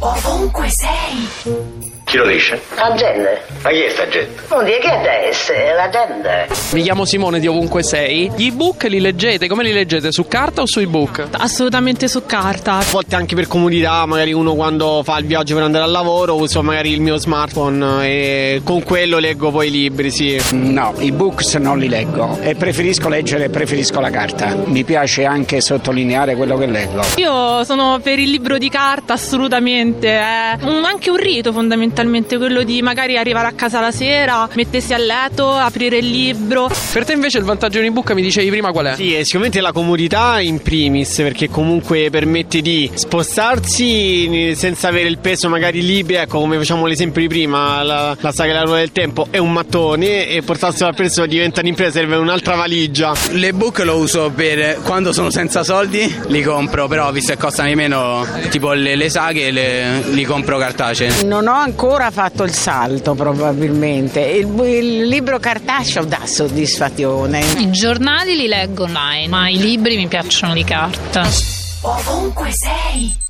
Ovunque sei. Chi lo dice? La gente, Ma chi è sta gente? non dire che adesso è la gente. Mi chiamo Simone di ovunque sei. Gli ebook li leggete? Come li leggete? Su carta o su ebook? Assolutamente su carta. A volte anche per comodità, magari uno quando fa il viaggio per andare al lavoro uso magari il mio smartphone e con quello leggo poi i libri, sì. No, i books non li leggo e preferisco leggere, preferisco la carta. Mi piace anche sottolineare quello che leggo. Io sono per il libro di carta, assolutamente. È un- anche un rito fondamentalmente, quello di magari arrivare a casa la sera, mettersi a letto, aprire il libro. Per te invece il vantaggio di un ebook mi dicevi prima qual è? Sì, e sicuramente la comodità in primis, perché comunque permette di spostarsi eh, senza avere il peso magari libri, ecco come facciamo l'esempio di prima, la, la saga della ruota del tempo è un mattone e portarselo al prezzo diventa un'impresa, serve un'altra valigia. L'ebook lo uso per quando sono senza soldi, li compro, però visto che costano di meno, tipo le, le saghe, le- li compro cartacee. Non ho ancora fatto il salto probabilmente. Il, il libro cartaceo dà soddisfazione. I giornali li leggo online, ma i libri mi piacciono di carta. Ovunque sei.